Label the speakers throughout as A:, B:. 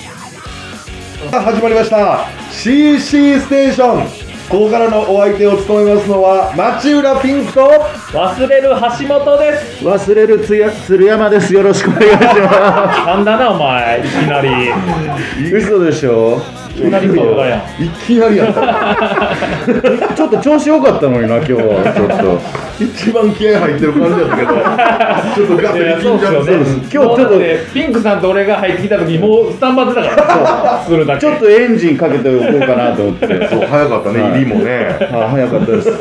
A: さあ始まりました CC ステーションここからのお相手を務めますのは町浦ピンクと
B: 忘れる橋本です
C: 忘れるつや鶴山です。よろしくお願いしま
B: なんだなお前いきなり
C: す。嘘でしょ。
B: いきなり動画やん
A: いきなりやった
C: ちょっと調子良かったのにな今日はちょっ
A: 一番気合入ってる感じ やったけどちょっとガッ
B: いや
A: ツリ
B: そ
A: 緊
B: うっすよ
A: 張し
B: ね
A: てる
C: 今日ちょっと
B: もうだてピンクさんと俺が入ってきた時もうスタンバってたからするだ
C: とちょっ
B: け
C: とエンジンかけておこうかなと思って。
A: そう早かったね入りもね
C: あ早かったです。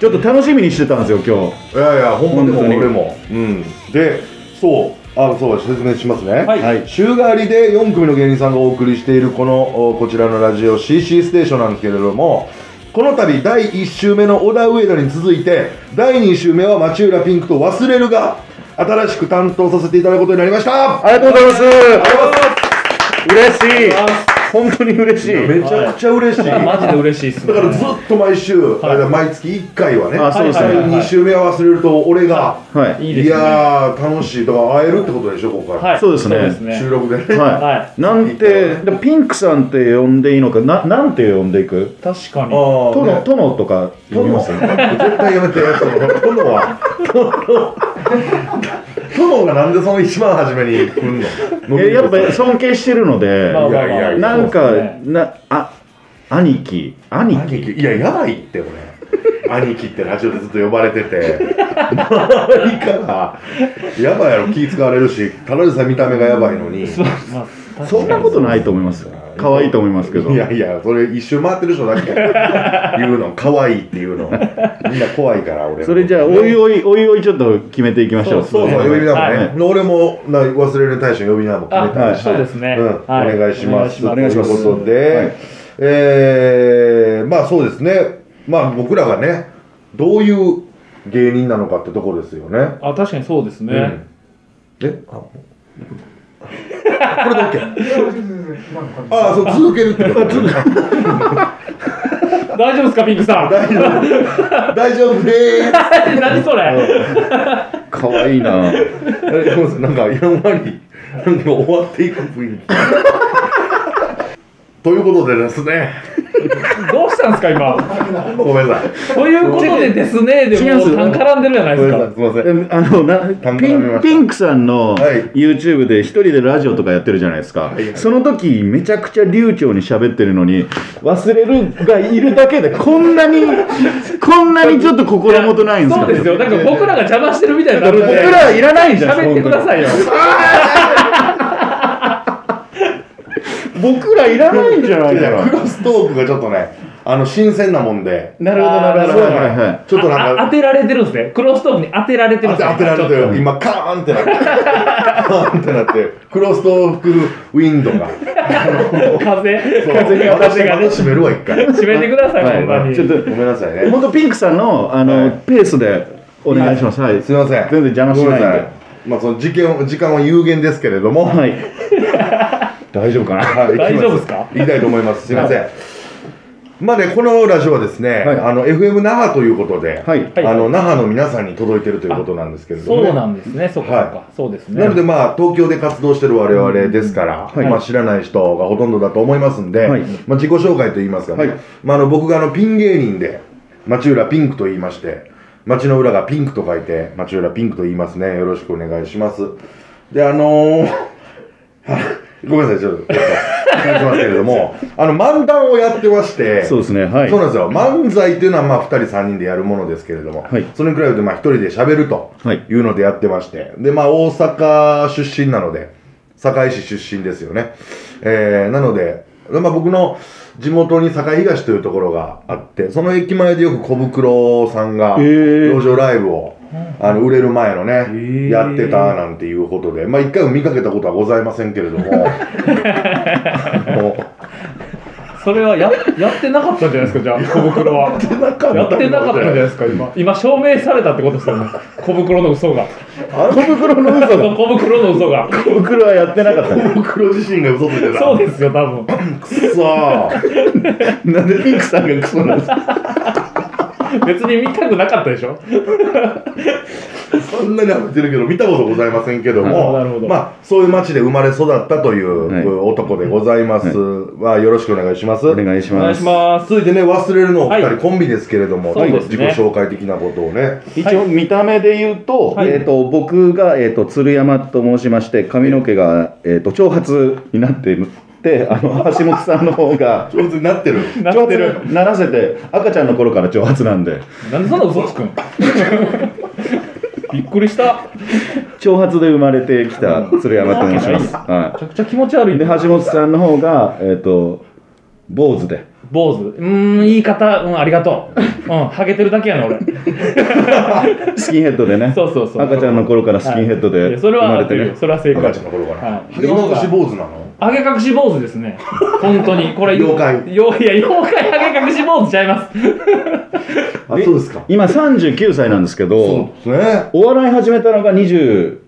C: ちょっと楽しみにしてたんですよ
A: いやいやほんまでも
C: 本当に
A: 俺もうんでそうあそう説明しますね
B: はい
C: はい
A: 週替わりで4組の芸人さんがお送りしているこのおこちらのラジオ CC ステーションなんですけれどもこの度第1週目の小田上田に続いて第2週目は町浦ピンクと忘れるが新しく担当させていただくことになりました
C: 今日。ありがとうございます。嬉しい
B: あ。
C: 本当に嬉しい。
A: めちゃくちゃ嬉しいだ
B: マ
A: か
B: ジで嬉しいっすね
A: らずっと毎週、あれ毎月1回はね
C: あそうですね
A: 第2週目は忘れると俺が
C: はい。
B: いい
A: い
B: ですね
A: やー楽しいとか会えるってことでしょここから、
B: はい
C: そうですね
A: 収録でね
C: は。
B: はい
C: なんてでもピンクさんって呼んでいいのかななんて呼んでいく？
B: 確かに
A: あ
C: トノトノとか呼びます。
A: 絶対やめてそのトノは トノトノがなんでその一番初めに来んの
C: えやっぱ尊敬してるので。
B: まあまあ
A: いやいやい
B: まあ
A: や
C: なん
B: そ
C: か、
B: うっすね
C: なあ兄貴兄貴
A: 兄貴いややばいって俺兄貴ってラジオでずっと呼ばれてて 周りからやばいやろ気使われるしただでさえ見た目がやばいのに
B: そうまあ確かに
C: そんなことないと思いますよ可愛いと思いますけど
A: いやいやそれ一周回ってる人だけ言うの可愛いっていうのみんな怖いから俺
C: それじゃあおいおいおいおいちょっと決めていきましょう
A: そうそう、呼び名もね、
B: はい
A: 俺もな忘れる大賞呼び名も決めたりして、
B: あはいそうですね
A: うん
B: はい
A: お願いします。
B: お
A: とい
B: 願いし
A: う
B: ます
A: ことで、
C: はい
A: えー、まあそうですね、まあ僕らがね、どういう芸人なのかってところですよね。
B: あ確かにそうですね、
A: うんえあこれで OK。ああ、そう、続けるってことね、
B: 大丈夫ですかピンクさん
A: 大丈夫。大丈夫でーす。
B: 何それ
C: 可愛いな
A: えごめんなさいなんかやんわりなんか終わっていく雰囲気ということでですね
B: どうしたんですか今
A: ごめんなさい
B: ということでですねでも
C: 違う
B: う絡んでるじゃない
A: ごめ
B: で
A: ん
B: す
A: なさい
B: か
A: すいません
C: えあのな
A: たんが
C: ピ
A: らめました
C: ンピンクさんの
A: はい
C: YouTube で一人でラジオとかやってるじゃないですか、
A: いはい
C: その時めちゃくちゃ流暢に喋ってるのに忘れるがいるだけでこん なにこんなにちょっと心もとないんです
B: そ
C: か
B: うですよなんか僕らが邪魔してるみたいにな
C: 僕
B: るんで
C: らいらないじゃん
B: 喋ってくださいよ
C: 僕らいらないんじゃない
A: い
C: か
A: や
C: な
A: クロストークがちょっとねあの新鮮なもんで
C: なるほどなるほど
B: あー
C: はいはいはい
A: ちょっとなん
B: あ当
A: か
B: てられてるんですねクロストークに当てられて
A: 当
B: ま
A: て
B: すね
A: 当てられて
B: ちょっ
A: る今カーンってなってカーンってなってクロストークウィンドウが
B: と風風が
A: 私
B: 風
A: が
B: がね
A: 閉めるわ一回
B: 閉めてくださいこんな
C: はい、
B: に
C: ちょっ
B: い
A: ご
C: と
A: めんなさいね
C: 本当ピンクさんのあの、
A: はい
C: ペースでお願いします。はい、
A: すいません
C: 全然邪魔しないんで
A: ごめさまあその時間を時間は有限ですけれども
C: はい。大丈夫かな。
A: はい
B: 大丈夫ですか
A: 行きたいと思います。すいません。まあね、このラジオはですね、
C: はい
A: あの FM 那覇ということで、
C: はい
B: はい
A: あの那覇の皆さんに届いてるということなんですけれども、
B: そう
A: な
B: なんですねそっかそっかそうですね
A: のでまあ東京で活動してる我々ですから、
C: い
A: まあ知らない人がほとんどだと思いますんで、
C: はい
A: まあ自己紹介といいますかね、
C: はい
A: まああの僕があのピン芸人で町浦ピンクと言いまして、町の裏がピンクと書いて町浦ピンクと言いますね。よろしくお願いします。であのー ごめんなさいちょっと。 感じますけれども、あの漫談をやってまして、
C: そうですね。はい。
A: そうなんですよ漫才っていうのはまあ2人3人でやるものですけれども、
C: はい
A: それに比べてまあ1人で喋ると
C: はい
A: いうのでやってましてでまあ大阪出身なので堺市出身ですよね、えーなので、まあ、僕の地元に堺東というところがあってその駅前でよく小袋さんが
C: へー
A: 路上ライブを、あの売れる前のね、
B: ー
A: やってたなんていうことでまあ一回も見かけたことはございませんけれども あの
B: それはややってなかったんじゃないですかじゃあ小袋はやってなかったんじゃないですか今今証明されたってことですよね小袋の嘘が
C: 小袋の嘘 が。
B: 小袋の嘘が
C: 小袋はやってなかったね。
A: 黒自身が嘘ついてた。
B: そうですよ多分
A: くそー。
C: なんでピンクさんがクソなんですか。
B: 別に見たくなかったでしょ
A: そんなに歩いてるけど見たことございませんけども
B: なるほど
A: まあ、そういう町で生まれ育ったという、
C: はい
A: 男でございます、はよろしくお願いします
C: お願いし
B: お願
C: ま
B: いし
C: す。
B: ます
A: 続いてね忘れるのお二人、
B: はい
A: コンビですけれども、
B: そうですね
A: 自己紹介的なことをね
C: 一応見た目で言うと、
B: はい
C: えっ、と僕がえっ、と鶴山と申しまして髪の毛がえっ、と長髪になっていて、あの橋本さんの方が
A: 上手になってる
B: なってる
C: 長髪ならせて赤ちゃんの頃から長髪なんで
B: なんでそんな嘘つくん びっくりした
C: 長髪で生まれてきた鶴山と申します。は
B: めちゃくちゃ気持ち悪い
C: い。で
B: ね
C: 橋本さんの方がえっ、と坊主で
B: 坊主うーん言い方うんありがとううんハゲてるだけやね 俺
C: スキンヘッドでね。
B: そうそうそう
C: 赤ちゃんの頃からスキンヘッド
B: はいい
C: で
B: やそ
C: 生
B: れは
C: ま
B: 合
C: れ
B: って
C: て
B: る
C: ね
B: よ。それは正解
A: 赤ちゃんの頃から、
B: はい
A: で今年坊主なの
B: ハゲ隠し坊主ですね本当にこ れ
A: 妖怪
B: よいや妖怪ハゲ隠し坊主ちゃいます
A: あ
C: で
A: そうですか
C: 今39歳なんですけ
A: そう
C: ど、
A: ですね
C: お笑い始めたのが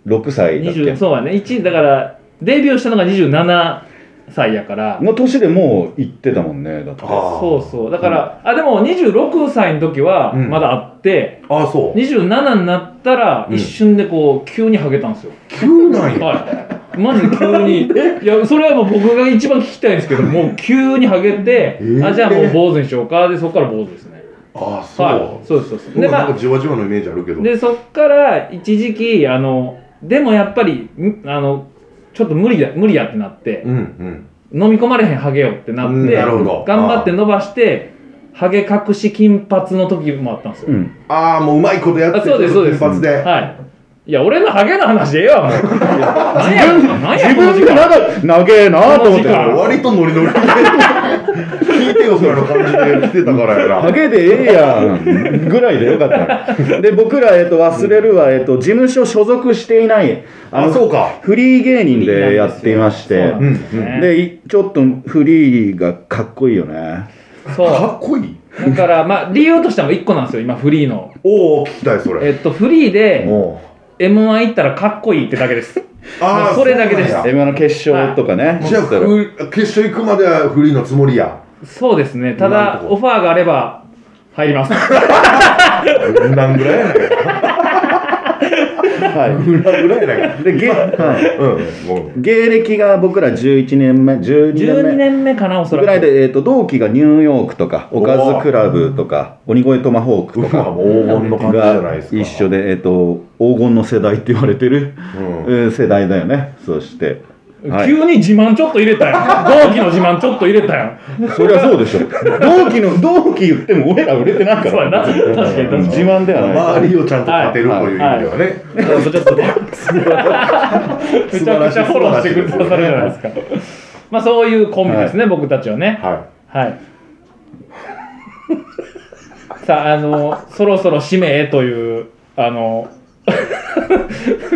C: 26歳だっ
B: 20
C: け
B: そうやね1だからデビューしたのが27歳やから
C: の年でもう行ってたもんねだって
A: あー
B: そうそうだから、あでも26歳の時は
A: うん
B: まだあって、
A: あそう
B: 27になったら
A: うん
B: 一瞬でこう急にハゲたんですよ、
A: 急なんや
B: はいマジで急 にいやそれはもう僕が一番聞きたいんですけどもう急にハゲて、
A: ー
B: あじゃあもう坊主にしようかでそこから坊主ですね
A: あそう、
B: はいそうですそうです
A: でな
B: で
A: ん
B: ま
A: か
B: あ
A: じわじわのイメージあるけど
B: でそっから一時期あのでもやっぱりんあのちょっと無理だ無理やってなって
A: うんうん
B: 飲み込まれへんハゲよってなって、
A: うんなるほど
B: 頑張って伸ばしてハゲ隠し金髪の時もあったんですよ、
C: うん
A: ああもううまいことやって
B: あそうですそうです
A: 金髪で
B: はいいや俺のハゲの話でええわもう何や何や
C: 自
B: この時
C: 分で
B: 間
C: なんか長えなと思っ
B: この時
C: て
B: 間
A: 割とノリノリで聞いてよそらの感じで来てたからやな
C: ハゲでええやんぐらいでよかったで僕ら、えっと忘れるは、えっと事務所所属していない
A: あ
C: の
A: そうか
C: フリー芸人でやっていまし
B: そう
C: て
B: なんですよ
A: うん
B: ね
C: でいちょっとフリーがかっこいいよね
B: そう
A: かっこいい
B: だからまあ理由としても1個なんですよ今フリーの
A: おお聞きたいそれ
B: えっとフリーで
A: おう
B: m 1行ったらかっこいいってだけです
A: あー
B: それだけです
A: そうなんや
C: M の決勝とかね
A: じゃあふ決勝行くまではフリーのつもりや
B: そうですねた
A: なる
B: だ
A: ほど
B: オファーがあれば入ります
A: なんぐらいやないかなんぐらいや
C: は
A: ないか
C: いでげ、はい
A: うんもう
C: 芸歴が僕ら11年目12年目
B: 12年目かなおそら
C: ぐ
B: く
C: らいで、えー、と同期がニューヨークとかおかずクラブとか鬼越トマホークと
A: うわ
C: か
A: もう黄金の感じじゃない
C: が
A: ですか
C: 一緒で、えー、と黄金の世代って言われてる、
A: うん
C: えー世代だよねそして、はい、
B: 急に自慢ちょっと入れたやん同期の自慢ちょっと入れたやん
C: そりゃそうでしょ同期の同期言っても俺ら売れてないか
B: そうやな
C: ら
B: 確かに確かに
C: 自慢ではない
A: 周りをちゃんと立てるという意味ではね、
B: ちょっとちょっとめちゃくちゃフォローしてくださるじゃないですかまあそういうコンビですね、僕たちはね
A: はい
B: はい さああのそろそろ締めへというあの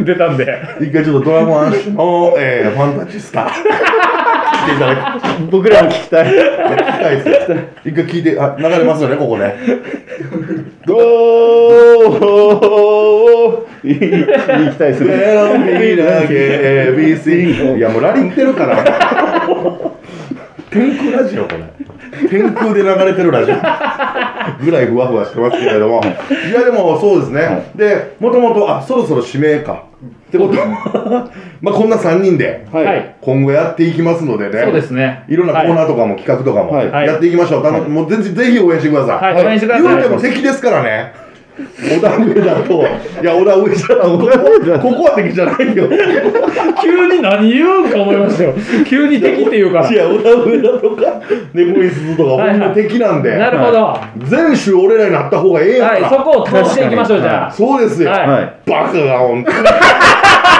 B: 出たんで
A: 一回ちょっとドラゴンアッシュの、えー、ファンタジスタ聞いていただき
C: 僕らも聞きたい
A: たいですね一回聞いてあ流れますよねここね
C: どう行きたいですね
A: LBKABC いやもうラリってるから天空ラジオこれ天空で流れてるラジオぐらいふわふわしてますけれどもいやでもそうですね、でもともとあそろそろ指名かって ことはまあこんな3人で
C: はい、
B: はい
A: 今後やっていきますのでね
B: そうですね
A: いろんなコーナーとかも企画とかも
C: はい
B: はい
A: やっていきましょう。頼むもうぜひぜひ応援してください。
B: はい応援してください
A: 言うても敵ですからね。小田上田と、いや、小田上田ここ、ここは敵じゃないよ。い
B: 急に何言うんか思いまし たよ急に敵っていうから
A: や、小田上田とか、猫井鈴とか、
B: は
A: ほ
B: い
A: ん
B: はい
A: ま敵なんで、
B: なるほど、
A: 全種俺らになった方がええやん
B: はい、
A: か
B: そこを通していきましょうじゃあ、
A: そうですよ。
B: はい
C: はい
A: バカが、 ほんとに。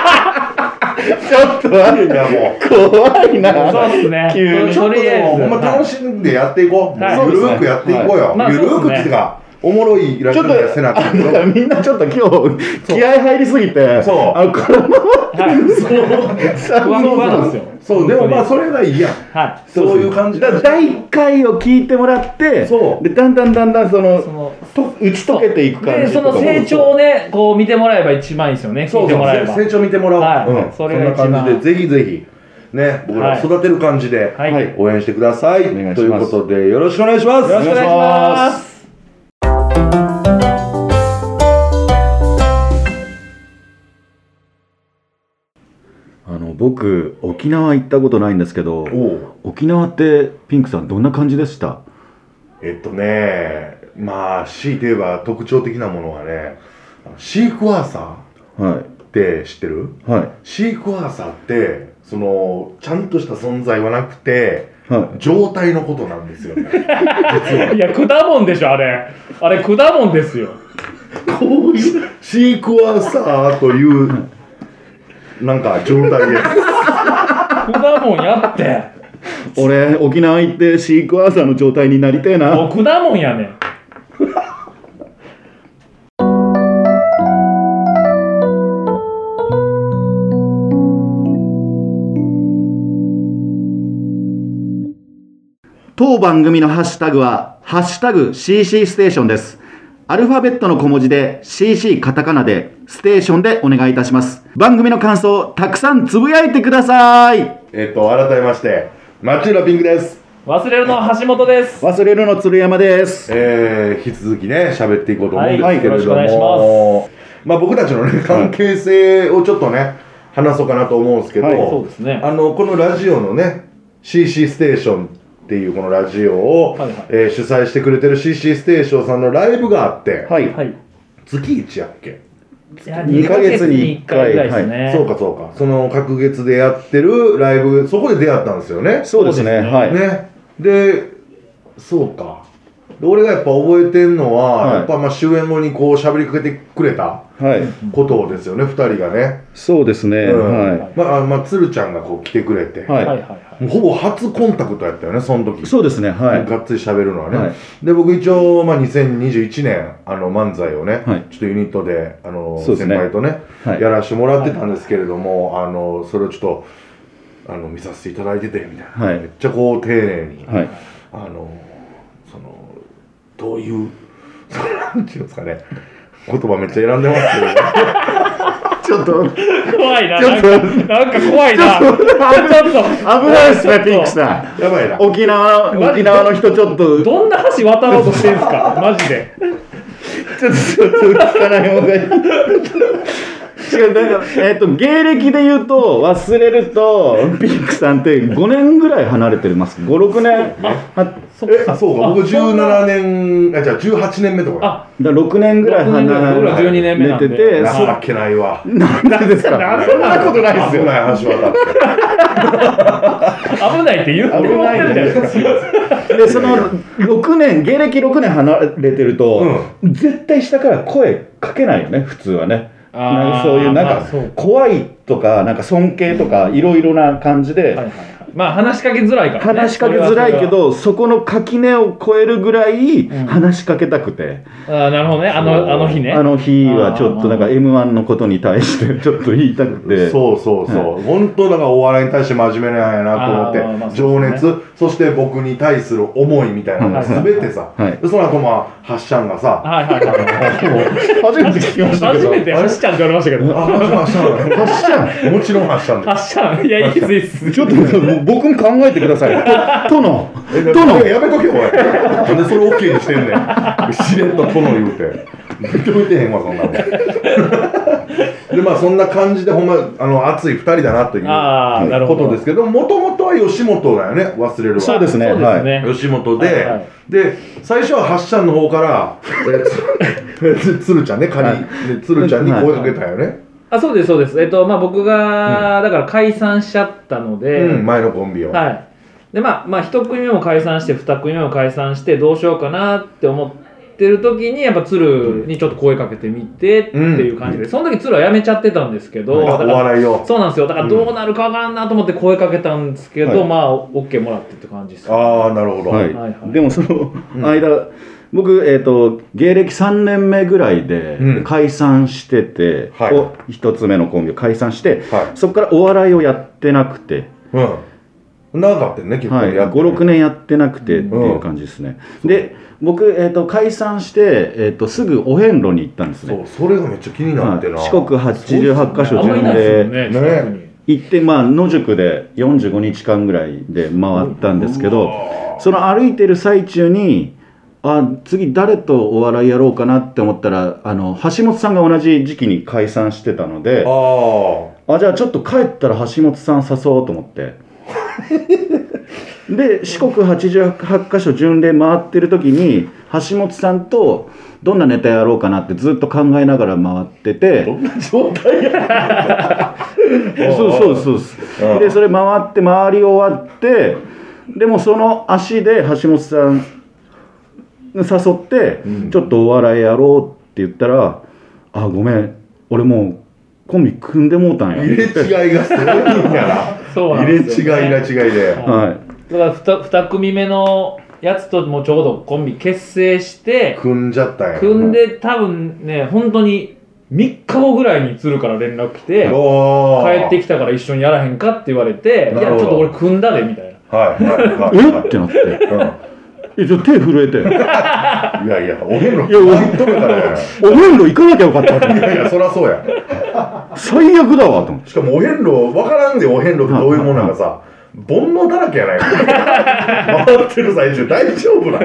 C: ちょっと待っ
A: いや、もう。
C: て怖いな
B: そうですね。
C: 急に
A: ちょっ
B: と
A: と
B: り
A: で
B: あえ
A: も、
B: ず。
A: ほんま楽しんでやっていこう。
B: はい
A: ゆるーくやっていこうよ。
B: はいまあ
A: ゆるーくっていうか、おもろいラジオでせなあかんけど
C: だからみんなちょっと今日気合入りすぎて
A: そう
C: あのこのま
B: はい。ふわふわなんですよ。
A: そう、でもまあ、それがいいやん。
B: はい。
A: そういう感じ
C: ま第1回を聞いてもらって
A: そう
C: でだんだんだんだんその
B: その
C: と打ち解けていく感
B: で
C: じ
B: そ
C: とか
B: の
C: も
B: 成長をね、こう見てもらえば一番いいですよね。聞いてもらえば。
A: 成長見てもらおう、
B: はい
A: うん、
B: そ
A: そ
B: れが一番
A: んな感じでぜひぜひね僕らを育てる感じで、
B: はい。
C: は
B: よ
A: 応援してください
C: お願いします
A: ということでよろしくお願いします
B: ろしくお願いします。
C: あの僕沖縄行ったことないんですけど
A: おう
C: 沖縄ってピンクさんどんな感じでした
A: えっとねまあ強いて言えば特徴的なものはねシークワーサ
C: は
A: ーって知ってる
C: いは
A: シークワーサーってそのちゃんとした存在はなくて
C: いは
A: 状態のことなんですよね実 はい
B: や、果物でしょ、あれ。あれ、果物ですよ。
A: こういうシークワーサーというなんか状態です
B: 果物やって。
C: い俺沖縄行ってシークワーサーの状態になりてえな
B: もう果物やねん。
C: 当番組のハッシュタグは「ハッシュタグ #CC ステーション」ですアルファベットの小文字で CC カタカナでステーションでお願いいたします番組の感想たくさんつぶやいてください
A: えっと改めまして町浦ピンクです
B: 忘れるのは橋本です。
C: 忘れるの鶴山です
A: えー、引き続きね喋っていこうと思うんです
B: はい
A: けれども、
B: はいよろしくお
A: まあ、僕たちのね関係性をちょっとね話そうかなと思うんですけど、
C: はい
B: そうですね。
A: あのこのラジオのね CC ステーションっていうこのラジオを、
B: はいはい
A: えー主催してくれてる CC ステーションさんのライブがあって、
C: はい
B: はい。
A: 月1やっけ、
B: いや
C: 二ヶ月
B: 二ヶ月
C: に
B: に一回ぐらいですね。
A: そうかそうかその隔月でやってるライブそこで出会ったんですよね
C: そうですね
B: そうですね
C: はい、
A: ねでそうかで俺がやっぱ覚えてんのは、
C: はい
A: やっぱまあ終演後にこう喋りかけてくれた
C: はい、
A: ことですよね、二人がね、
C: そうですね、
A: うん
C: は
A: まああまあ鶴ちゃんがこう来てくれて、
C: はい
B: はいはいはい。
A: もうほぼ初コンタクトやったよねその時
C: いそうですねはい
A: がっつり喋るのはね、
C: はい
A: で僕一応、まあ、2021年あの漫才をね、
C: はい
A: ちょっとユニットであの
C: そうです
A: 先
C: ね
A: 輩とね、
C: はい
A: やらしてもらってたんですけれども、あのそれをちょっとあの見させていただいててみたいな、
C: はい
A: めっちゃこう丁寧に、
C: はい
A: あのそのどういう そのなんていうんですかね言葉めっちゃ選んでます けど、ね、
C: ちょっと
B: 怖いな。
C: ちょ
B: な
C: っ
B: ん
C: と
B: かなんか怖いな。ちょっと。
C: 危ないですねピンク
B: ん。
C: さん
A: やばいな
C: 沖縄の沖縄の人ちょっとちょっと
B: どんな橋渡ろうとしてんすか、マジで。
C: ちょっと聞かない方がいい違うなんかえっ、と芸歴で言うと忘れるとピンクさんって5年ぐらい離れてます56年は
B: そっ
A: えそうか僕
B: そんな
A: 17年あじゃあ18年目とか
B: あ、
C: だ6年ぐらい離れ
B: 僕ら12年目なんで
C: てて
A: な
B: あ
A: 情けないわ
C: なんでですか
B: なんで
C: そんなことないです
A: 危
C: よ
A: ない話はだって
B: 危ないって言うて
C: 危
B: もら
C: な
B: ってる
C: い
B: じゃない
C: で
B: です
C: すでその6年芸歴6年離れてると、絶対下から声かけないよね普通はね
B: あー
C: なんかそういうなんか、
B: まあそう
C: 怖いとかなんか尊敬とかいろいろな感じで、
B: か。はいはいはい。まあ、話しかけづらいから、ね。
C: 話しかけづらいけどそこの垣根を越えるぐらい
B: うん
C: 話しかけたくて、
B: それは。あーなるほどね。あ
A: そう
B: の、あの日ね。
C: あの日はちょっとなんか
B: あー
C: m 1のことに対して ちょっと言いたくて
A: そうそうそう、本当だからお笑いに対して真面目なんやなと思って、
B: あーまあ
A: 情
B: そ
A: 熱そして僕に対する思いみたいなのが全てさ、
C: はい
A: でその後まあはっしゃんがさ
B: はいはいはい。
A: もう
C: 初めて聞きましたけ
B: 初
C: ど
B: めてハッシャンって言われましたけ
A: あ
B: ど。
A: はっしゃん はっしゃんもちろんはっしゃん
B: ハ
A: で
B: ッシャン、いや、いいです、いいです。
C: ちょっともう僕も考えてくださいと殿
A: す
C: 殿
A: やめとけよおいなんでそれ OK にしてんねんしれっと殿言うて認めてへんわそんなのでまあそんな感じでほんまあの熱い2人だなという
B: ああ、なる
A: こ
B: ほ
A: と
B: ど。
A: ですけどもともとは吉本だよね忘れるわ
C: そうですね
B: そうですね。
A: 吉本で、
B: はいはい
A: で最初は発車の方からえーつ鶴ちゃんね仮に、ね鶴ちゃんに声かけたよね、
B: あ、そうです、そうです。えっと、まあ、僕が、だから解散しちゃったので、
A: うん、前のコンビを、
B: はい。で、まあ、まあ、一組目も解散して、二組目も解散して、どうしようかなって思ってる時に、やっぱ鶴にちょっと声かけてみてっていう感じで、その時鶴は辞めちゃってたんですけど、
A: あお
B: だから
A: 笑いを
B: そうなんですよ。だからどうなるかわからんなと思って声かけたんですけど、
C: はい
B: まあ、OK もらってって感じです。
A: ああなるほど、
C: はい
B: はいはい
C: でもその
A: うん
C: 間、僕、えー、と芸歴3年目ぐらいで
A: うん
C: 解散してて、
A: はい
C: お一つ目のコンビを解散して
A: はい
C: そこからお笑いをやってなくて、
A: うん長かったよね結構
C: はい、
A: やってる
C: 56年やってなくてっていう感じですね、で僕、えー、と解散して、えー、とすぐお遍路に行ったんですね
A: そうそれがめっちゃ気になってな、
C: はい四国88カ所
B: あんまり
C: 巡
B: ないですもんね、
C: 礼
A: ね
B: 近くに。
C: 行って、まあ、野宿で45日間ぐらいで回ったんですけど、その歩いてる最中にあ次誰とお笑いやろうかなって思ったらあの橋本さんが同じ時期に解散してたので
A: あ
C: あじゃあちょっと帰ったら橋本さん誘おうと思って で四国88カ所巡礼回ってる時に橋本さんとどんなネタやろうかなってずっと考えながら回ってて
A: どんな状態や
C: そうそうそうですでそれ回って回り終わってでもその足で橋本さん誘って、
A: うん
C: ちょっとお笑いやろうって言ったら「あごめん俺もうコンビ組んでもうたんや」
A: 入れ違いがすごいんや
B: そう
A: な
B: なん
A: 入れ
B: です
A: 違い
B: よね
A: が違いで
C: は、
B: だから 2, 組目のやつともちょうどコンビ結成して
A: 組んじゃったんや
B: 組んで多分ね本当に3日後ぐらいに鶴から連絡来て
A: おー
B: 帰ってきたから一緒にやらへんかって言われてい
A: なる
B: や
A: ほど
B: ちょっと俺組んだでみたいな
A: はいはいはい
C: え
A: い
C: っってなって
A: う
C: えちょっと手震えて「
A: んいやいやお遍路
C: いや俺
A: なんとかだよ
C: お遍路行かなきゃよかった」
A: いやいやそらそうや
C: 最悪だわと思って
A: しかもお遍路分からんでお遍路ってどういうもんなんかさ煩悩だらけやないか回ってる最中大丈夫な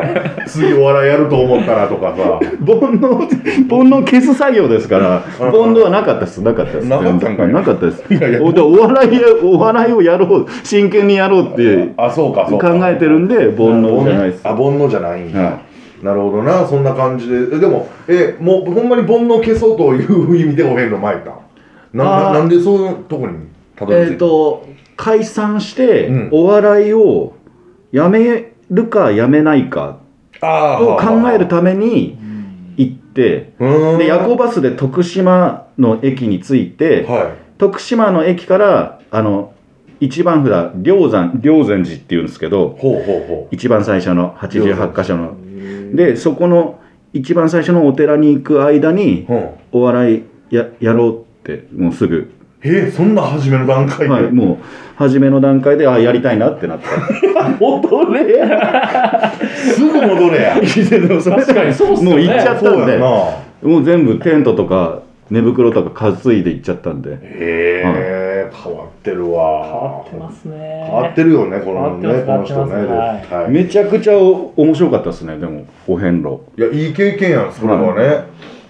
A: ん次お笑いやると思ったらとかさ
C: 煩悩煩悩消す作業ですから煩悩はなかったですなかったです
A: なかったんかい
C: なかったです
A: いやいや
C: おお笑いやお笑いをやろう真剣にやろうって
A: あそうかそうか
C: 考えてるんで煩悩じゃないです
A: あ煩悩じゃないんや、
C: は
A: なるほどなそんな感じでえでもえもうほんまに煩悩消そうという意味でお遍路参ったんなな
C: あー
A: なんでそういうとこにたどり着いた
C: えっ、と解散して、
A: うん
C: お笑いをやめるかやめないか
A: あー
C: を考えるために行って
A: うーん
C: で夜行バスで徳島の駅に着いて、
A: は
C: 徳島の駅からあの一番札霊山霊山寺っていうんですけど
A: いほうほうほ
C: 一番最初の88箇所の
A: う
C: でそこの一番最初のお寺に行く間に
A: うん
C: お笑いややろうってもうすぐ、
A: えそんな初めの段階で、
C: はい、もう初めの段階であやりたいなってなった
B: 戻れや
A: すぐ戻れや
B: 確かにそうっすよね
C: もう行っちゃった
A: そ
C: ん
A: うや
C: で
A: んな
C: もう全部テントとか寝袋とか担いで行っちゃったんで
A: へえ、変わってるわ
B: 変わってますね
A: 変わってるよねこのね
B: 変
A: こ
B: わ
A: の
B: ってま
A: 人
B: す
A: ねで
B: 変わってます
A: はい、
C: めちゃくちゃお面白かったですねでもお遍路
A: いやいい経験やんそれはね、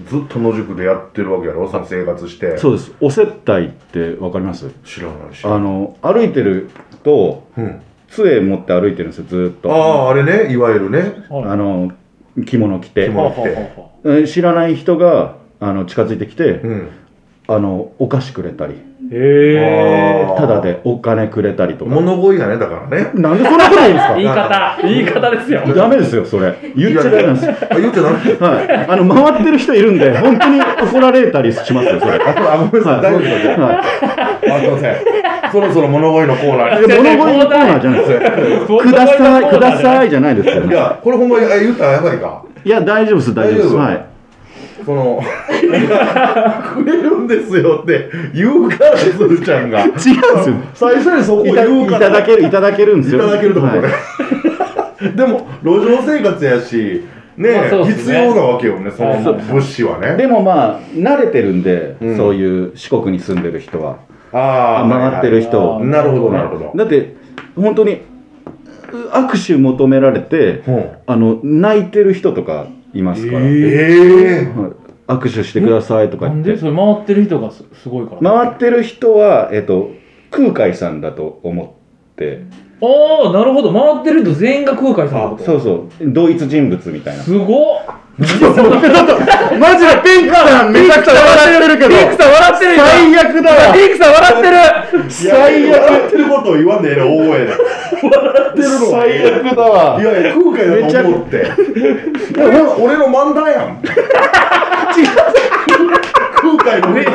A: ずっと野宿でやってるわけやろその生活して
C: そうですお接待ってわかります
A: 知らないし
C: あの歩いてると
A: うん、
C: 杖持って歩いてるんですよずーっ
A: あ
C: とあ
A: ああれねいわゆるね
B: はい
C: の着物着て
A: 着物
B: ほうほうほうほ
C: うん知らない人があの近づいてきて、
A: うん
C: あのお菓子くれたり
B: うへ
A: あー
C: ただでお金くれたりとか
A: 物乞いがねだから ね
C: なんでそんなこと言うんで
B: え言い
C: す
B: 方言い方ですよ
C: か ダメですよそれ言っちゃダメなんですよ
A: あ言ってなくて
C: はい、あの回ってる人いるんで、本当に怒られたりしますよ、それ。はい、
A: ああごめんなさい大丈夫ですよ
C: は
A: あすいませんそろそろ物乞いのコーナー
C: い、
A: に
C: で物乞いのコーナーじゃないですよ。ください、くださいじゃないですよ、
A: いやこれほんまにあ言ったらやばいか
C: いや、大丈夫です、大丈夫
A: 大
C: です。
A: 丈夫
C: はい。
A: そのくれるんですよって言うからすずちゃんが
C: 違うんですよ。
A: 最初にそこ
C: いた
A: 言うから
C: いただける、いただけるんで
A: い
C: すよ。
A: ただけるとこれ、
C: はい
A: でも路上生活やしね,、
B: まあそうっすね
A: 必要なわけよねその
B: はいはい
A: 物資はね、
C: でもまあ、慣れてるんで、
A: うん
C: そういう四国に住んでる人は。
A: あー
C: 回ってる人
A: はいはいなるほどなるほど、
C: だって、本当に、う握手求められて、
A: うん
C: あの、泣いてる人とかいますから。
B: え
A: ええ
C: はい握手してくださいとか
B: な
C: 言
B: ん
C: って
B: で。それ回ってる人がすすごいから、
C: 回ってる人は、えっと、空海さんだと思って
B: ああなるほど回ってる人全員が空海さんってこと
C: そうそう同一人物みたいな
B: すごっ
C: マジでピンクさんめちゃくちゃ笑ってるけど
B: ピンクさん笑ってる
C: 最悪だわ
B: ピンクさん笑ってる
C: 最
A: 笑っ
C: 悪
A: てることを言わんでええな大声で笑ってるのはええ
C: 最悪だわ
A: いやいや空海だと思って俺の俺の漫談やん空海のって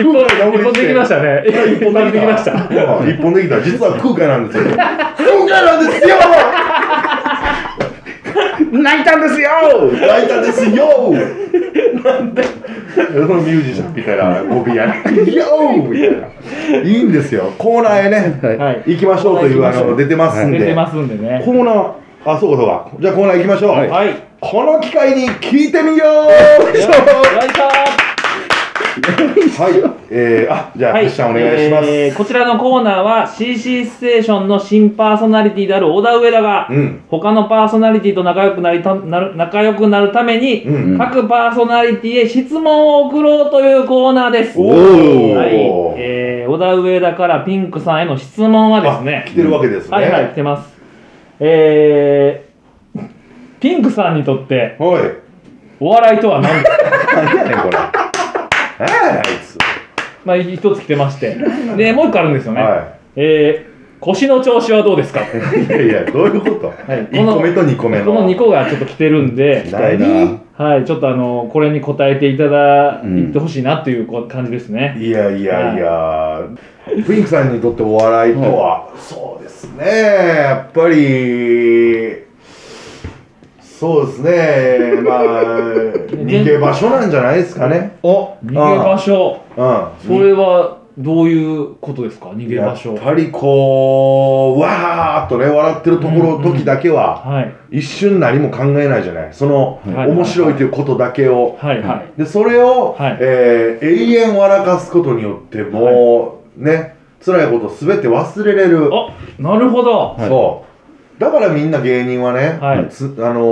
B: 一本一本できましたね
A: いや
B: 一本できました
A: うん一本できた実は空海なんですよ空海なんですよ
C: 泣いたんですよ
A: 泣いたんですよなんでそのミュージシャンみたいな語尾やねよみたいないいんですよコーナーへね、
B: はい
A: 行きましょうというあの出てますんで、
B: 出てますんでね
A: コーナーあそうかそうかじゃあコーナー行きましょう、
B: はいよ
A: この機会に聞いてみよう
B: いしょよいしょ
A: はい。えー、あ、じゃあ、
B: は
A: ハッシャンお願いします。
B: えーこちらのコーナーは CC ステーションの新パーソナリティである小田上田が、
A: うん。
B: 他のパーソナリティと仲良くなりたなる仲良くなるために、
A: うん
B: 各パーソナリティへ質問を送ろうというコーナーです。
A: お
C: ー
B: はい、えー、小田上田からピンクさんへの質問はですね
A: あ、来てるわけですね。
B: はいはい、来てます。えー、ピンクさんにとって
A: おい。
B: お笑いとは何 ですか
A: 何やねん、これ。何やねん、あいつ。
B: まあ、一つ来てまして。で、もう一個あるんですよね。
A: は
B: えー、腰の調子はどう
A: 。
B: ですかはい
A: いやいや、どういうこと、
B: い、
A: 一 ?1 個目と2個目の。
B: この2個がちょっと来てるんで、
A: ないな。
B: はい、ちょっとあのこれに答えていただ
C: うん
B: いってほしいなっていうこ感じですね。
A: いやいやいや。プリンクさんにとってお笑いとは、そうですね。やっぱり、そうですね。まあ、逃げ場所なんじゃないですかね。お
B: 逃げ場所、
A: うん。
B: それはどういうことですか？逃げ場所
A: やっ。ぱりこうわーっとね笑ってるところ、
B: うんうん
A: 時だけは
B: はい
A: 一瞬何も考えないじゃないその、
B: はい
A: 面白いということだけを、
B: はいはい。
A: でそれを、
B: はい
A: えー永遠笑かすことによってもう、ね辛いこと全て忘れれる、
B: あ、なるほど。
C: はい
A: そうだからみんな芸人はね、
B: はい
A: つあの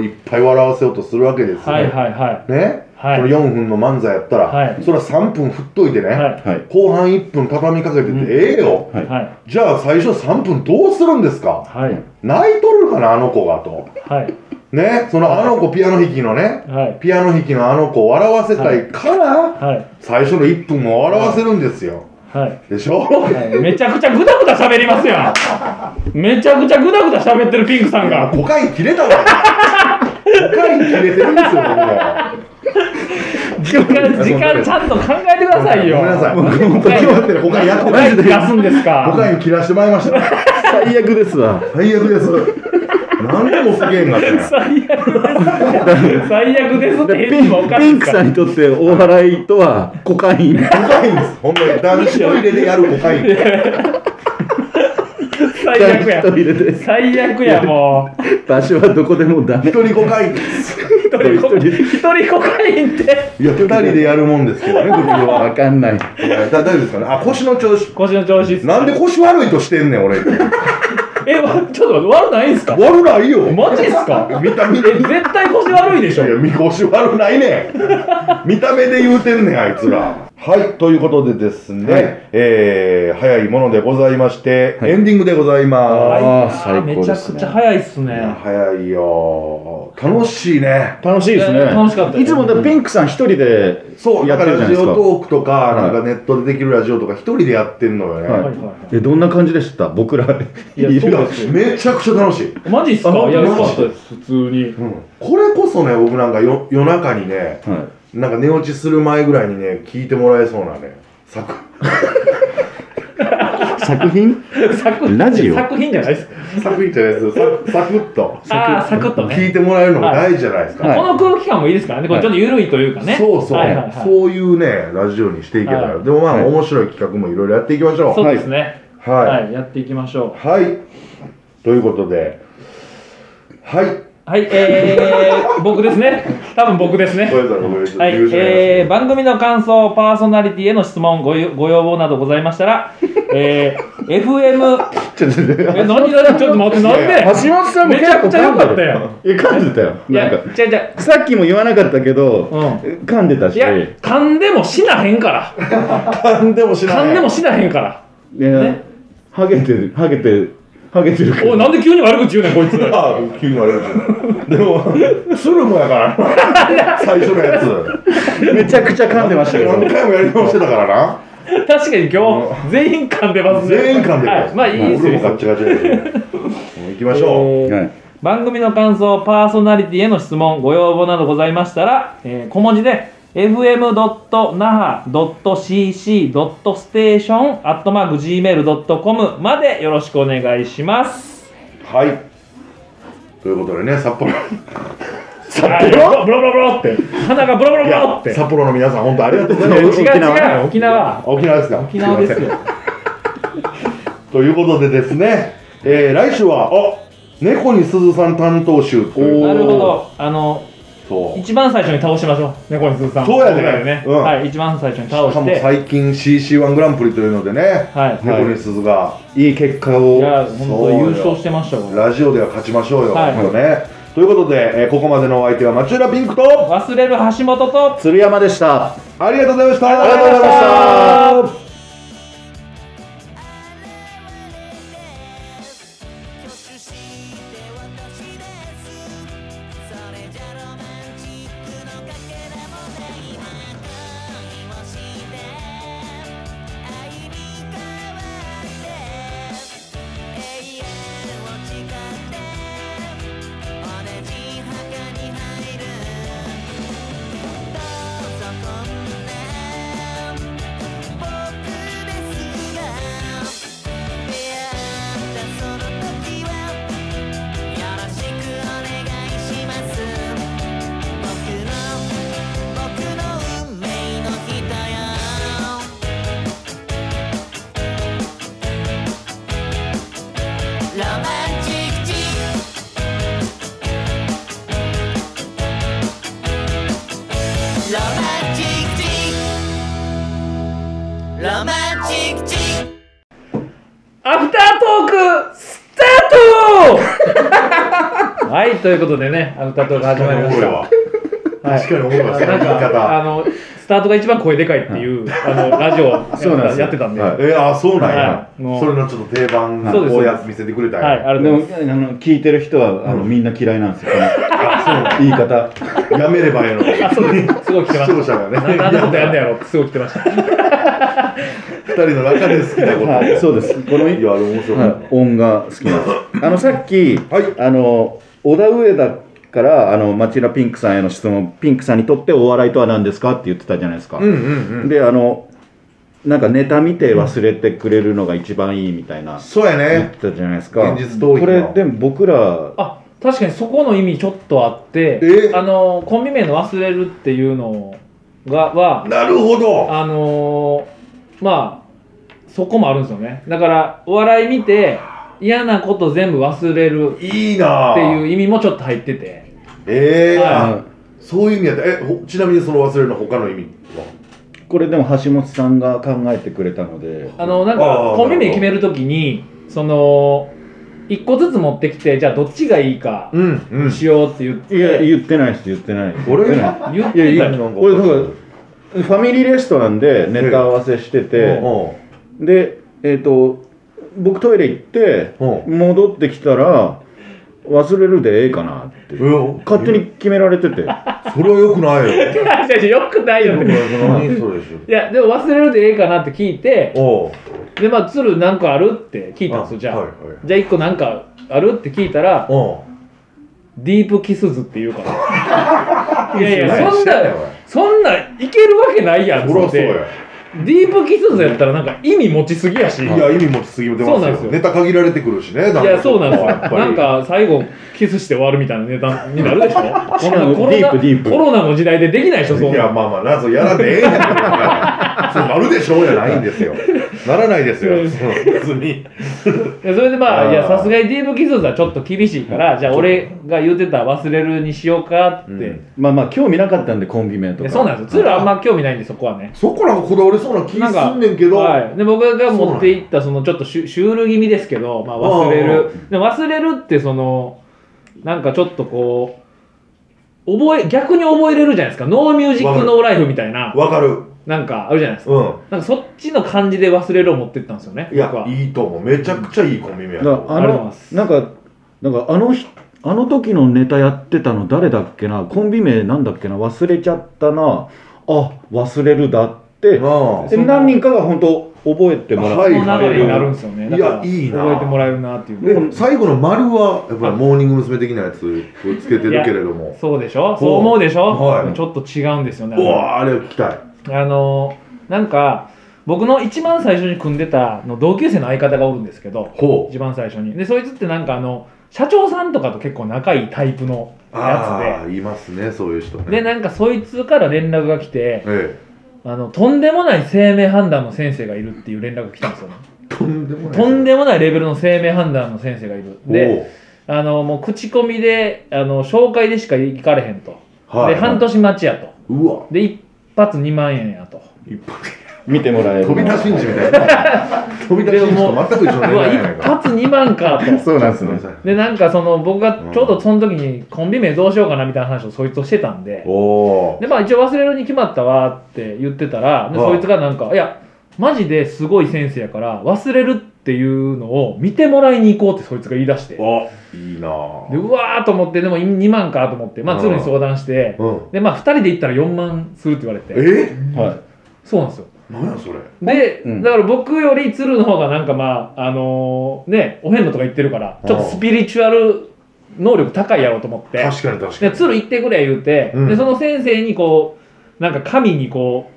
A: ーいっぱい笑わせようとするわけですよ、
B: はいはいはい。
A: ね、
B: はい
A: この4分の漫才やったら、
B: はい
A: それは3分振っといてね、
B: はい
C: はい。
A: 後半1分畳みかけてて、
B: うん
A: ええよ、
C: は
B: はいいはい
A: じゃあ最初3分どうするんですか
B: はい
A: 泣いとるかなあの子がと。
B: はい
A: ね、そのあの子ピアノ弾きのね、
B: はい
A: ピアノ弾きのあの子を笑わせたいから、
B: はい
A: 最初の1分も笑わせるんですよ。
B: はい。
A: でしょ
B: めちゃくちゃぐだぐだ喋りますやん。めちゃくちゃぐだぐだ喋ってるピンクさんが。
A: 5回切れたわ。5回切れてるんですよ、僕は。
B: 時間時間ちゃんと考えてくださいよ。
A: ごめんなさい。
C: 僕も
A: 5
B: 本当
A: 回
B: に
A: やってる、5回やって
B: 5
A: る。
B: 回出すんですか。
A: 5回に切らしてもらいました。
C: 最悪ですわ。
A: 最悪です。何でもすげえんがってね。
B: 最悪です。最悪ですって
C: で
B: 返事
C: ピ
B: もお
C: ン
B: か
C: ピ
B: しい
C: ン
B: で
C: ク
B: す
C: さ
B: か
C: んにとってお笑いとはコカイン。
A: 5回です。ほんまに男子トイレでやる5回。
B: 最悪や
C: 一。人で
B: 最悪や、もう。
C: 場所はどこでもダメ
A: 一。人5回です。
B: 一人コ一人コカインって。
A: いや、二人でやるもんですけ どね、僕
C: わ
A: は。
C: かんない。
A: いやだ大丈夫ですかね。あ、腰の調子。
B: 腰の調子っす
A: なんで腰悪いとしてんねん、俺。
B: え、わちょっと待って、悪ないんすか
A: 悪ないよ。
B: マジっすか
A: 見た目
B: え、
A: で。い
B: 絶対腰悪いでしょ
A: や、。見腰悪ないねん。見た目で言うてんねん、あいつら。はい、ということでですね、
C: はい
A: えー早いものでございまして、エンディングでございま
C: あー
B: ー
C: 最高
B: めち
C: で
B: ゃ
C: すね
B: くちゃ早いっす
A: す。いや
B: ね。
A: 早いよ。楽しいね。
C: 楽しいです
B: い
C: ね。
B: や楽しかったです
C: いつもだからピンクさん一人で
A: そう、
C: や
A: だ
C: って
A: からラ
C: るじゃない
A: ジ
C: です
A: オ
C: か。
A: トークとか、なんかネットでできるラジオとか、一人でやってんのよね。
C: はい
B: はいはいは
C: えどんな感じでした僕ら
B: いや
C: い
B: そ
A: いう
C: る
A: や
B: ですよ
A: めちゃくちゃ楽しい。
B: い。マジっすか
A: あ
B: いや、
A: マジ
B: よかったです、普通に。
A: うんこれこそね僕なんかよ夜中にね
C: は
A: なんか寝落ちする前ぐらいにね聞いてもらえそうなね 作
C: い、作品
B: 作
C: ラジオ
B: 作品じゃないっす。
A: 作品じゃないですよササクッと
B: ああ、サクッとね。
A: 聞いてもらえるのも大事じゃないですか、
C: はい
B: この空気感もいいですからね、これちょっと緩いというかね。
A: そうそう、
B: はいはいはい
A: そういうねラジオにしていけたら、
B: はい
A: でもまあ、
C: はい
A: 面白い企画もいろいろやっていきましょ
B: そううですね、はい。
A: はい
B: やっていきましょ
A: はい、ということではい
B: うん。はい、えー、僕ですね。多分僕ですね
A: ご。めんなさいごめんなさ
B: はい
A: い、
B: えー、番組の感想、パーソナリティへの質問、ごよご要望などございましたら、えー、FM、
C: ちょちょちょ
B: え、何何ちょっと待って、なん
A: いや
B: で
C: 橋本さんも
B: めちゃくちゃ良かった
C: よ
B: よ。
C: え噛んでたよ
B: い
C: なん
B: や、
C: か
B: じゃじゃ
C: さっきも言わなかったけど、
B: う
C: 噛んでたし
B: いや、噛んでも死なへんから。
A: 噛んでもしない
B: 噛んでも死なへんから。
C: ね
B: ね
C: ハゲてるハゲてるハゲてる
B: おい、なんで急に悪口言うねん、こいつ。
A: ああ急に悪いでもスルもや からな最初のやつ
C: めちゃくちゃ噛んでましたけど
A: 何回もやり直してたからな。
B: 確かに今日、全員噛んでますね。
A: 全員噛んで
B: はい、
A: る。
B: まあいいですよ。いい
A: 俺も
B: です
A: ガ
B: よ
A: ッチガチやけど。もう行きましょう。
B: えー
C: はい
B: 番組の感想パーソナリティへの質問ご要望などございましたら、えー小文字で fm.naha.cc.station.gmail.com までよろしくお願いします。
A: はい。ということでね、札 幌、
B: ブロブロブロブロって鼻がブロブロ
A: い
B: ブロ
A: や
B: っ、て
A: 札幌の皆さん、本当ありがとうござい
B: 違
A: ま
B: う
A: す。
B: 違う沖縄
A: 沖縄ですか。
B: 沖縄です
A: い
B: よ
A: ま。せんということでですね、えー来週は、あ猫に鈴さん担当集という
B: なるほどあの
A: そう
B: 一番最初に倒しましょう猫に鈴さん
A: そうやね
B: 僕らでね、
A: うん
B: はい一番最初に倒
A: しか
B: し
A: も
B: て
A: 最近 CC1 グランプリというのでね、
B: はい
A: 猫に鈴がいい結果を
B: いや本当優
A: そう
B: 勝
A: よ
B: してましたから
A: ラジオでは勝ちましょうよ、
B: はい
A: 本当ねということで、えーここまでのお相手は町浦ピンクと
B: 忘れる橋本と
C: 鶴山でした
A: ありがとうございました
C: ありがとうございました
D: 挙手して私ですそれじゃロマンチックのかけらもないまた恋をして愛に変わって永遠を誓って同じ墓に入るどうぞこんな僕ですが出会ったその時は「よろしくお願いします」「僕の僕の運命の人よ」「ロマンチックチック」「ロマンチックチック」「ロマンチックチック」
B: アフタートークスタートはいということでねアフタートーク始まりました
A: は確かにおもろいわその
B: なん
A: 言い
B: かあ
A: 方
B: のスタートが一番声でかいっていうあのラジオ
C: そうなんですよ
B: やってたんで、
C: は
B: はいい、
A: えー、あそうなんや
B: は、いもう
A: それのちょっと定番
B: そうです
A: のおやつ見せてくれたんや、
B: ありがとうござ
C: で
B: いま
C: もあ
B: す。
C: の聞いてる人はあの、みんな嫌いなんですよ。この
A: あそうなん
C: 言い方。
A: ややめればええのに
B: あ、そうです。すごい来てま
A: 視聴
B: した。
A: 者がね
B: ななんでことやんねやろってすごい来てました。
A: 二人の中で好きなことを、
C: はい、そうです。この、
A: いやあれ面白い、
C: はい音が好きなんです。あのさっき、
A: はい
C: あの小田上田からあの町田ピンクさんへの質問、ピンクさんにとってお笑いとは何ですかって言ってたじゃないですか。
A: うんうんうん
C: であのなんかネタ見て忘れてくれるのが一番いいみたいな
A: そうや
C: 言っ
A: ね
C: てたじゃないですか。
A: 現実逃避の
C: これでも僕ら
B: あ、確かにそこの意味ちょっとあって
A: え、
B: あのコンビ名の忘れるっていうのがは、
A: なるほど
B: あのーまあそこもあるんですよね。だからお笑い見て嫌なこと全部忘れる
A: いいなあ
B: っていう意味もちょっと入ってて、
A: ええ
B: は
A: そういう意味やったえほちなみにその忘れるの他の意味は
C: これでも橋本さんが考えてくれたので。
B: あのなん
A: あ
B: か
A: ー
B: コンビ名決めるときにその一個ずつ持ってきてじゃあどっちがいいか
A: うんうん
B: しようって言って、
C: いや言ってないです言ってない。
A: 俺
C: 言ってない
A: が
B: 言っ
C: いやい
B: てた
C: や
B: よ。
C: 俺なんかファミリーレストランでネタ合わせしてて、
A: う
C: でえっ、と僕トイレ行って
A: んうん
C: 戻ってきたら忘れるでええかなって
A: うん
C: 勝手に決められてて
A: それはよくないよ
B: いやいやよくないよって。
A: 何それでしょ
B: いやでも忘れるでええかなって聞いて
A: おう
B: でまあ鶴なんかあるって聞いたんですよじゃあ、
A: はいはい
B: じゃあ1個なんかあるって聞いたら
A: お
B: ディープキスズって言うから いやい
A: い
B: やそん
A: した
B: な
A: よ
B: そんないけるわけないやん
A: そりゃそう
B: って
A: や
B: ディープキスズやったらなんか意味持ちすぎやし
A: いや意味持ちすぎて
B: そう
A: ま
B: なんですす
A: よ
B: よ
A: ネタ限られてくるしね
B: いやそうなんですよ
A: やっぱり
B: なんか最後キスして終わるみたいなネタにな るでしょこんな
C: 違う
B: コロナ
C: ディープディープ
B: コロナの時代でできないでしょそん
A: い
B: な
A: やまあまあなそうやらねえやんそうなるでしょうじゃないんですよならないですよ
B: うん
A: 別に
B: いやそれでま
A: あー
B: あいやさすがにディープキスはちょっと厳しいからじゃあ俺が言うてた忘れるにしようかって、
A: うん
C: まあまあ興味なかったんでコンビ名と
B: いや
C: か
B: そうなんですよ鶴あんま興味ないんでそこはね
A: そこなんかこだわりそうな気す
B: なんか
A: んねんけど
B: はい、で僕が持っていったそのちょっとシュシュール気味ですけど、まあ、忘れ
A: あああ
B: るでも忘れるってそのなんかちょっとこう覚え逆に覚えれるじゃないですかノーミュージックノーライフみたいな
A: わかる
B: なんかあるじゃないですか
A: うん
B: なんかそっちの感じで忘れるを持ってったんですよね
A: いや
B: 僕は。
A: いいと思うめちゃくちゃいいコンビニや
C: だからあ
B: ありがとうござい
C: の
B: ます
C: なんかなんかあの日あの時のネタやってたの誰だっけなコンビ名なんだっけな忘れちゃったなあ忘れるだって
A: な
C: で何人かが本当覚えてもらって
A: はい
B: この流れになるんですよね。
A: はい
B: だから
A: いやいいな
B: 覚えてもらえるなっていう。
A: あで最後の丸はやっぱりモーニング娘。的なやつをつけてるけれども
B: そうでしょそう思うでしょ、
A: はい
B: ちょっと違うんですよね。
A: うわあれを聞きたい
B: あのなんか僕の一番最初に組んでたの同級生の相方がおるんですけど
A: ほ
B: 一番最初にでそいつってなんかあの社長さんとかと結構仲いいタイプの
A: うあ
B: や
A: あいますねそういう人
B: つでで
A: ね
B: なんかそいつから連絡が来て
A: え
B: あのとんでもない生命判断の先生がいるっていう連絡が来たんですよ、ね、
A: えとんでもない
B: とんでもないレベルの生命判断の先生がいるで
A: で
B: あのもう口コミであの紹介でしか行かれへんと
A: はい
B: で半年待ちやと
A: うわ
B: で一発2万円やと
A: 一発
C: 見てもらえる
A: 飛び出しんじみたいな 飛び出しんじと全く一緒の
B: う
A: 値
B: わ
A: 段
B: 一
A: やないか
B: 発2万かと
C: そうなんです
A: ごめん
C: ね
A: なさい
B: でなんかその僕がちょうどその時にコンビ名どうしようかなみたいな話をそいつとしてたんで
A: おお
B: でまあ一応忘れるに決まったわって言ってたらで
A: ああ
B: そいつがなんか「いやマジですごい先生やから忘れるっていうのを見てもらいに行こう」ってそいつが言い出してで
A: おいいなぁ
B: うわーと思ってでも2万かと思ってまあ鶴に相談して
A: うん
B: でまあ2人で行ったら4万するって言われて
A: え
C: は
B: そうなんですよ
A: 何やそれ
B: で、
C: うん
B: だから僕より鶴の方がなんかまああのーねお遍路とか言ってるからちょっとスピリチュアル能力高いやろうと思って
A: 確かに確か
B: で
A: に
B: 鶴行ってくれ言うて、
A: うん
B: でその先生にこうなんか紙にこ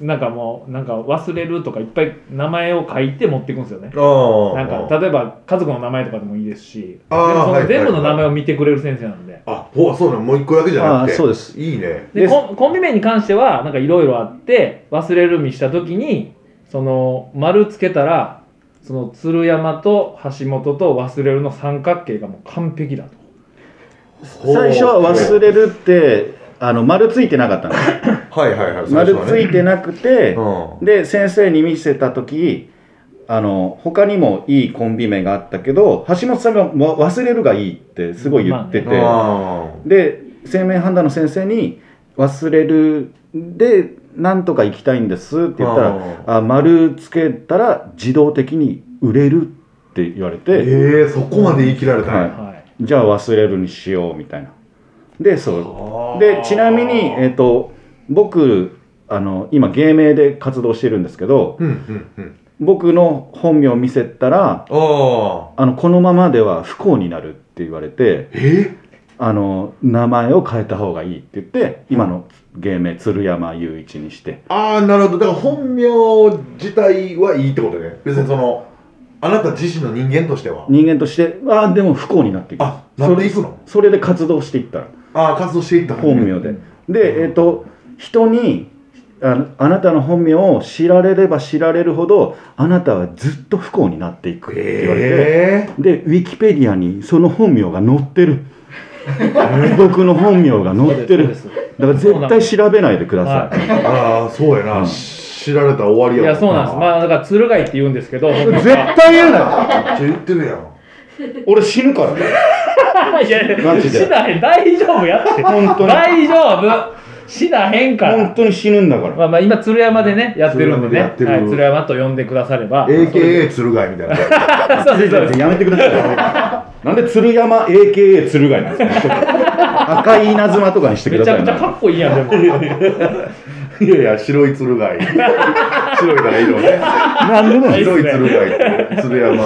B: うなんかもうなんか忘れるとかいっぱい名前を書いて持っていくんですよね
A: ああ
B: なんか例えば家族の名前とかでもいいですし
A: あー
B: でもその
A: はいはい
B: 全部の名前を見てくれる先生なんで,、
A: あほうそうなのもう一個だけじゃなくて
C: あーそうです
A: いいね
B: でコンコンビ名に関してはなんかいろいろあって忘れるみした時にその丸つけたらその鶴山と橋本と忘れるの三角形がもう完璧だと。
C: い、最初は忘れるってあの丸ついてなかったんです
A: はいはいはい最初
C: 丸
A: はね
C: ついてなくて、
A: うん
C: で先生に見せた時あの他にもいいコンビ名があったけど橋本さんがわ忘れるがいいってすごい言ってて、
A: あ
C: で生命判断の先生に「忘れる」で「なんとか行きたいんです」って言った
A: あ
C: ら「あ丸つけたら自動的に売れる」って言われ
A: ー
C: て
A: えーそこまで言い切られたんや
C: は
B: はい
C: 「じゃあ忘れるにしよう」みたいな。でそう
A: あー
C: でちなみに、えっと僕あの今芸名で活動してるんですけど
A: うんうんうん
C: 僕の本名を見せたら
A: ああ
C: あのこのままでは不幸になるって言われて
A: え
C: あの名前を変えた方がいいって言って今の芸名鶴山雄一にして
A: ああなるほどだから本名自体はいいってことね別にそのあなた自身の人間としては
C: 人間としてあーでも不幸になっていく
A: あなっていくの
C: それで活動していったら
A: ああ活動していったのね
C: 本名で、でえっ、と人にああなたの本名を知られれば知られるほどあなたはずっと不幸になっていくって言われて、
A: え
C: でウィキペディアにその本名が載ってる僕の本名が載
B: そう
C: って
B: で
C: る
B: すそうです
C: だから絶対調べないでくださ
B: はい
C: い、
A: えああそうやな、
C: うん
A: 知られたら終わり
B: い
A: や
B: やそうなんですまあだから鶴貝って言うんですけど
C: 絶対言うな
A: あ言ってるやん
C: 俺死ぬからね
B: いやいや
C: マジで
B: しなへん大丈夫やって
C: 本当に
B: 大丈夫しなへんから
C: 本当に死ぬんだから
B: まあまあ今鶴山でねやってるんで
A: 鶴山
B: ね
A: でやってる
B: はい、鶴山と呼んでくだされば
A: AKA 鶴貝みたいな
B: そうですそうです
C: やめてくださいなんで鶴山 AKA 鶴貝なんで すか赤い稲妻とかにしてく
B: め
C: だ
B: ちゃ
C: さ
B: くち
C: い
B: ゃかっこいいやんでも
A: いやいや白い鶴貝白いから色ね
C: なんでなん
A: 白い鶴貝って鶴 山い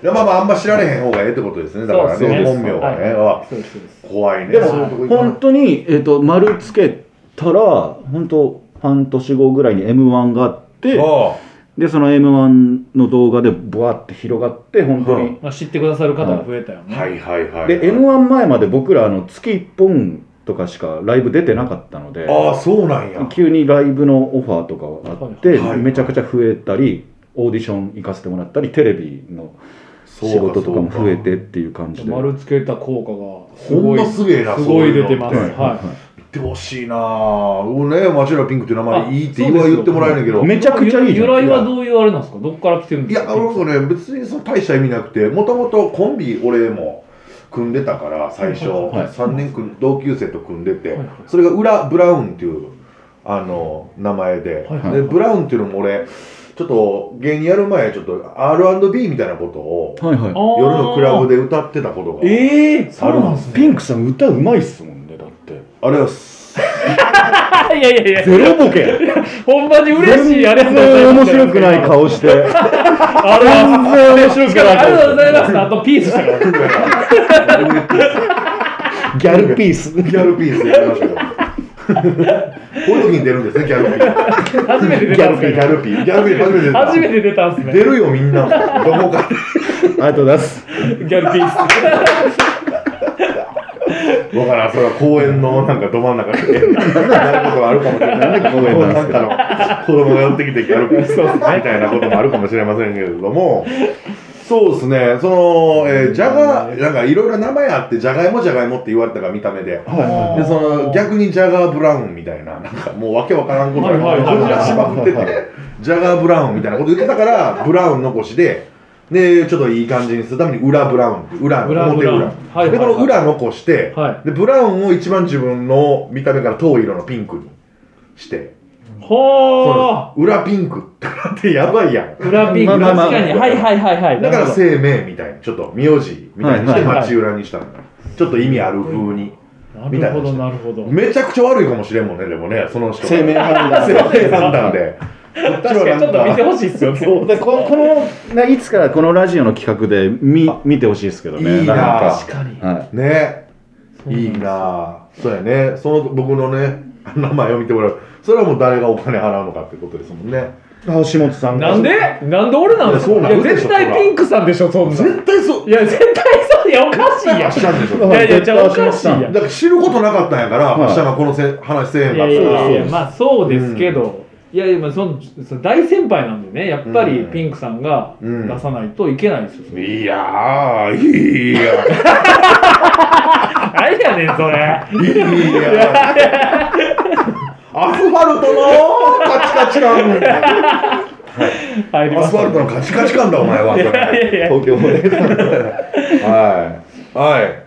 A: やまあまああんま知られへん方がええってことですねだから
B: そうで
A: ね
B: すね
A: 本名はね、
B: は
A: あ
B: いそうですそうです
A: 怖いね
C: で
A: そういうとこ行
C: も
A: かない
C: 本当にえっ、と丸つけたら本当半年後ぐらいに m 1があって
A: あ
C: でその m 1の動画でブワって広がって本当に、
B: まあ、知ってくださる方が増えたよね、
A: あはいはいはい
C: で m 1前まで僕らあの月1本とかしかライブ出てなかったので
A: ああそうなんや
C: 急にライブのオファーとかがあって、
A: はい
C: めちゃくちゃ増えたりオーディション行かせてもらったりテレビの
A: そうか
C: 仕事とかも
A: そう
C: 増えてっていう感じで。
B: 丸つけた効果がす
A: ほん
B: ごい
A: ま
B: 出
A: すげえな
B: すごい
A: そううの
B: 出てます
A: 言っ
C: はい
B: は
A: てほしいなぁ俺ねマチュラピンクっていう名
B: あ
A: 前いいって
B: そう
A: 言
B: です
A: わ
B: よ
A: 言ってもらえないけど
C: めちゃくちゃいいじゃ
B: 由
C: ん
B: 来はどういうあれなんですかどこから来てるん
A: い
B: です
A: や
B: か
A: 俺もね別にその大した意味なくてもともとコンビ俺も組んでたから最初、
C: はい
A: 3年組ん同級生と組んでて、
B: はいはい
A: それが裏ブラウンっていうあの名前で,、
B: はいはい
A: でブラウンっていうのも俺ちょっと芸人やる前ちょっと R&B みたいなことを
C: はいはい
B: あー
A: 夜のクラブで歌ってたことが
B: ええそうなんですね
C: ピンクさん歌うまいっすもんねだって
A: あれです
B: いやいやいや
C: ゼロボケ
B: ほんまに嬉しいありがとうございま
C: 面
B: す
C: 白くない顔して
B: あれ
C: 全然面白
B: し
C: く
B: かも
C: ない
B: ありがとうご
C: 顔
B: ざいますあとピースしたから
C: ギャルピース
A: ギャルピースでやりましたけどこういう時に出るんですねギャルピー
B: 初めて出たんす
A: ギ
B: か
A: ャルピーギャルピー初めて出た
B: 初めて出たんすね
A: 出るよみんなどこかで
C: ありがとうございます
B: ギャルピー
A: わからん、それは公園のなんかど真ん中で、なることがあるかもしれない。
C: なんで公園なんですか
A: なんかの子供が寄ってきてギャルピースみたいなこともあるかもしれませんけれども、そうですね、その、えーじゃが、なんかいろいろ名前あって、じゃがいもじゃがいもって言われたから見た目で。
C: はいはい
A: で、その、逆にジャガーブラウンみたいな、なんかもうわけわからんこと
B: はいはいはいはい
A: こじらしまくって
C: はいはい
A: て、ジャガーブラウンみたいなこと言ってたから、ブラウン残しで、で、ちょっといい感じにするために裏ブラウンって、裏、
B: 裏
A: 表
B: ブラウン
A: 裏。
B: はいはいはい
A: で、この裏残して、
B: は
A: で、ブラウンを一番自分の見た目から遠い色のピンクにして、そ
B: ほ
A: う裏ピンクってなってやばいやん。
B: ー裏ピン
C: まあ
B: ク
C: まあ
B: 確
C: まあ
B: かにはいはいはいはい
A: だから
B: なる
A: 生命みたいにちょっと名字みたいにして
B: は
C: はい
B: いはい
A: 町裏にしたんだちょっと意味ある風に
B: ほどなるほどなるほど
A: めちゃくちゃ悪いかもしれんもんねでもねその人が
C: 生命判断
A: 生命判断で確
B: 確かにちょっと見てほしいっすよね
C: でここのねいつからこのラジオの企画で見見てほしいですけどね
A: いいな
B: 確かに
C: は
A: ね
B: そうなん
A: い
B: です
A: いなぁそうやねその僕のね名前を見てもらうそれはもう誰がお金払うのかってことですもんね
C: い、橋本さんが
B: なんでなんで俺なんですか
A: いやそうないん
B: や
A: で
B: 絶
A: そ
B: 対
A: ら
B: ピンクさんでしょそんなん
A: 絶対そう
B: いや絶対そういやおかしいやん
A: 発したんでしょ
B: いやいやじゃあお
C: 絶対
B: かしいやん
A: だから知ることなかったんやから
C: はい
A: 発したがこのせ話せえへん
B: い
A: か
B: や
A: っ
B: い
A: た
B: や
A: か
B: い
A: ら
B: やいやまあそうですけど、いやいやまあそのその大先輩なんでねやっぱり
A: うん
B: ピンクさんが
A: うん
B: 出さないといけないですよ、それ
A: いやーいいや
B: 何やねんそれ
A: いやアスファルトのカチカチ感
B: 入りま
A: アス
B: し
A: ファルトのカチカチ感だお前はそれ
B: たいやいやいや
C: 東京もね
A: はいはい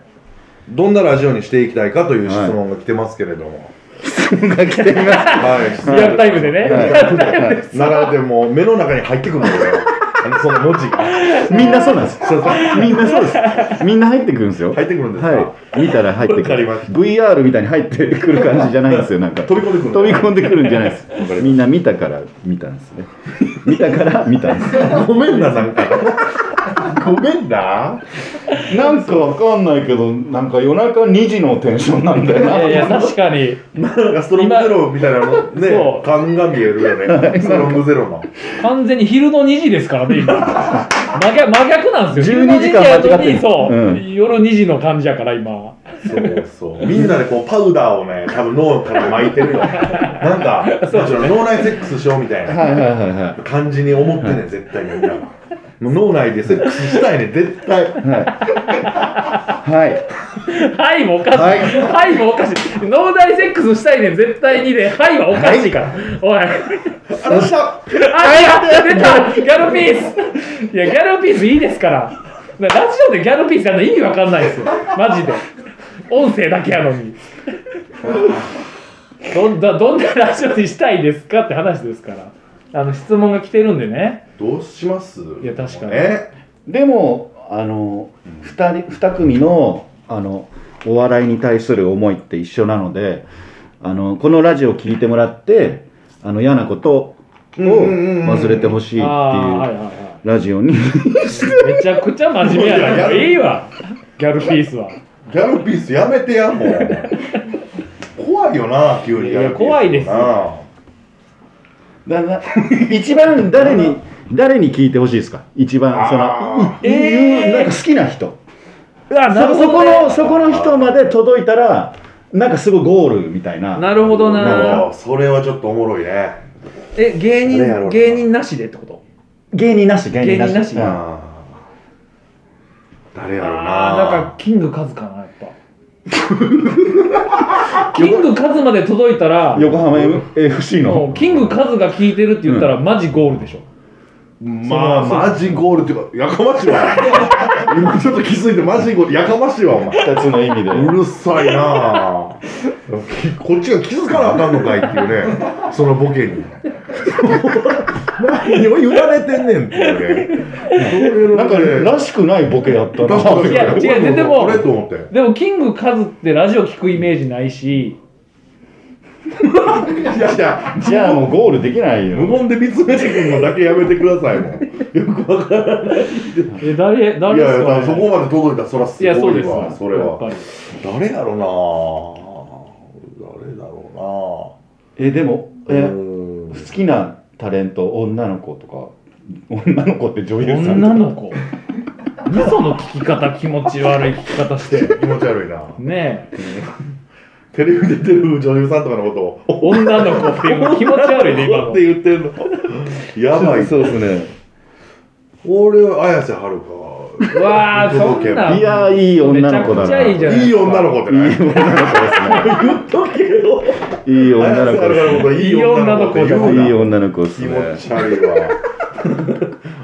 A: どんなラジオにしていきたいかという質問が来てますけれども、
C: が来ています
A: はい
B: リアルタイムでね、
A: 並べてもう目の中に入ってくるの俺あのその文字が
C: みんなそうなんですみんなそうですみんな入ってくるんですよ
A: 入ってくるんですか、
C: はい見たら入ってく
A: わかり
C: る
A: まし
C: VR みたいに入ってくる感じじゃないんですよなんか
A: 飛び込んでくる
C: 飛び込んでくるんじゃないです
A: りました
C: みんな見たから見たんですね見たから見たんです
A: ごめんななんかごめんな
C: なんかわかんないけどなんか夜中2時のテンションなんだ
B: いやいや確かに
A: なんかストロングゼロみたいなのね
B: そう
A: 感が見えるよねストロングゼロの
B: 完全に昼の2時ですからね今真逆真逆なんですよ昼の
C: 12時間間違ってる
B: やのにそう、
C: うん
B: 夜2時の感じやから今
A: そうそう。みんなでこうパウダーをね、多分脳から巻いてるよ。なんか、もちろん脳内セックスしようみたいな
C: はいはいはいは
A: 感じに思ってね、絶対みんなは。 もう脳内でセックスしたいね、絶対。
C: いはいはい
B: はいもおかしい、は
C: はいい、
B: もおかしい脳内セックスしたいねん絶対にで、はいはおかしいから、おい
A: あらした
B: あ出たギャルピースいやギャルピースいいですからなラジオでギャルピースやるの意味わかんないですよマジで音声だけやのにどんなどんなラジオにしたいですかって話ですからあの質問が来てるんでね
A: どうします
B: いや確かに
A: ね。
C: でもあの2人二組のあのお笑いに対する思いって一緒なのであのこのラジオを聞いてもらってあの嫌なことを忘れてほしいって
B: ああはい
C: い
B: は
C: う
B: いは
C: ラジオに
B: いめちゃくちゃ真面目やな
A: や
B: いいいわギャルピースは
A: ギャルピースやめてや、もう。怖いよな、急に。
B: いや怖いですよ
A: な
C: だな 一番誰に誰に聞いてほしいですか一番そ
A: あ
C: の
B: ー
C: いいう
B: えー
C: なんか好きな人
B: うわ
C: そ
B: なるほ
C: そこ
B: ど、
C: の
B: ね、
C: そこの人まで届いたらなんかすごいゴールみたいな
B: なるほどな
A: あそれはちょっとおもろいね。
B: え芸
A: あれやろうな
B: 人芸人なしでってこと
C: 芸人なし芸人な
B: 芸
C: し
B: 人なし
C: うん
A: あー誰やろう
B: あ
A: な。
B: ーなんかキングカズかなやっ ぱキングカズまで届いたら
C: 横浜 M- FC
B: もう
C: の
B: キングカズが聞いてるって言ったら、マジゴールでしょ
A: まあ、
B: その
A: マジゴールっていうか、やかましいわ。 今ちょっと気づいて、マジゴール、やかましいわ、お前。
C: 2つの意味 で
A: うるさいなあ きこっちが気づかなあかんのかいっていうね、そのボケに。 何を揺られてんねんっていうね。
C: なんか、
A: ね、
C: らしくないボケだったな。
A: 確かに
B: いや違うででも
A: あれと思って。
B: でもキングカズってラジオ聞くイメージないし
A: いやいや、
C: じゃあもうゴールできない
A: 無
C: よ。
A: 言で見つめてくるのだけやめてください、もう。よくわから
B: え誰
A: ん。
B: 誰
A: い
B: で
A: やい
B: す
A: や、だから
B: か、ね、
A: そこまで届いたら、そらす
B: いやそ
A: ご
B: う
A: い
B: です
A: わ、
B: わ
A: それ
B: やっぱ
A: は。
B: り
A: 誰やろなあ誰だろ
C: え、でも、
A: うなあ
C: え
A: う、ーん
C: 好きなタレント、女の子とか。女の子って女優さんとか。
B: 女の子味噌の聞き方気持ち悪い聞き方して
A: 気持ち悪いな
B: ねえ
A: テレビ出てる女優さんとかのことを「
B: 女の 子っていうの気持ち悪いね今
A: お
B: の
A: って言ってるのやばい
C: そうですね。
A: 俺は綾瀬はるか
B: うわー、そんな。
C: いやーいい女の子
B: めちゃく
C: だな
B: ちゃいいじゃない
A: いい女の子ってね
C: いい女の子ですねいい
A: 綾
C: 女の
A: 瀬
C: 子
A: はる
C: で
A: かの
C: すね
A: こといい女の子って言う
C: いい
A: な
C: 女の子です
A: 気
C: ね
A: 持ち悪いわ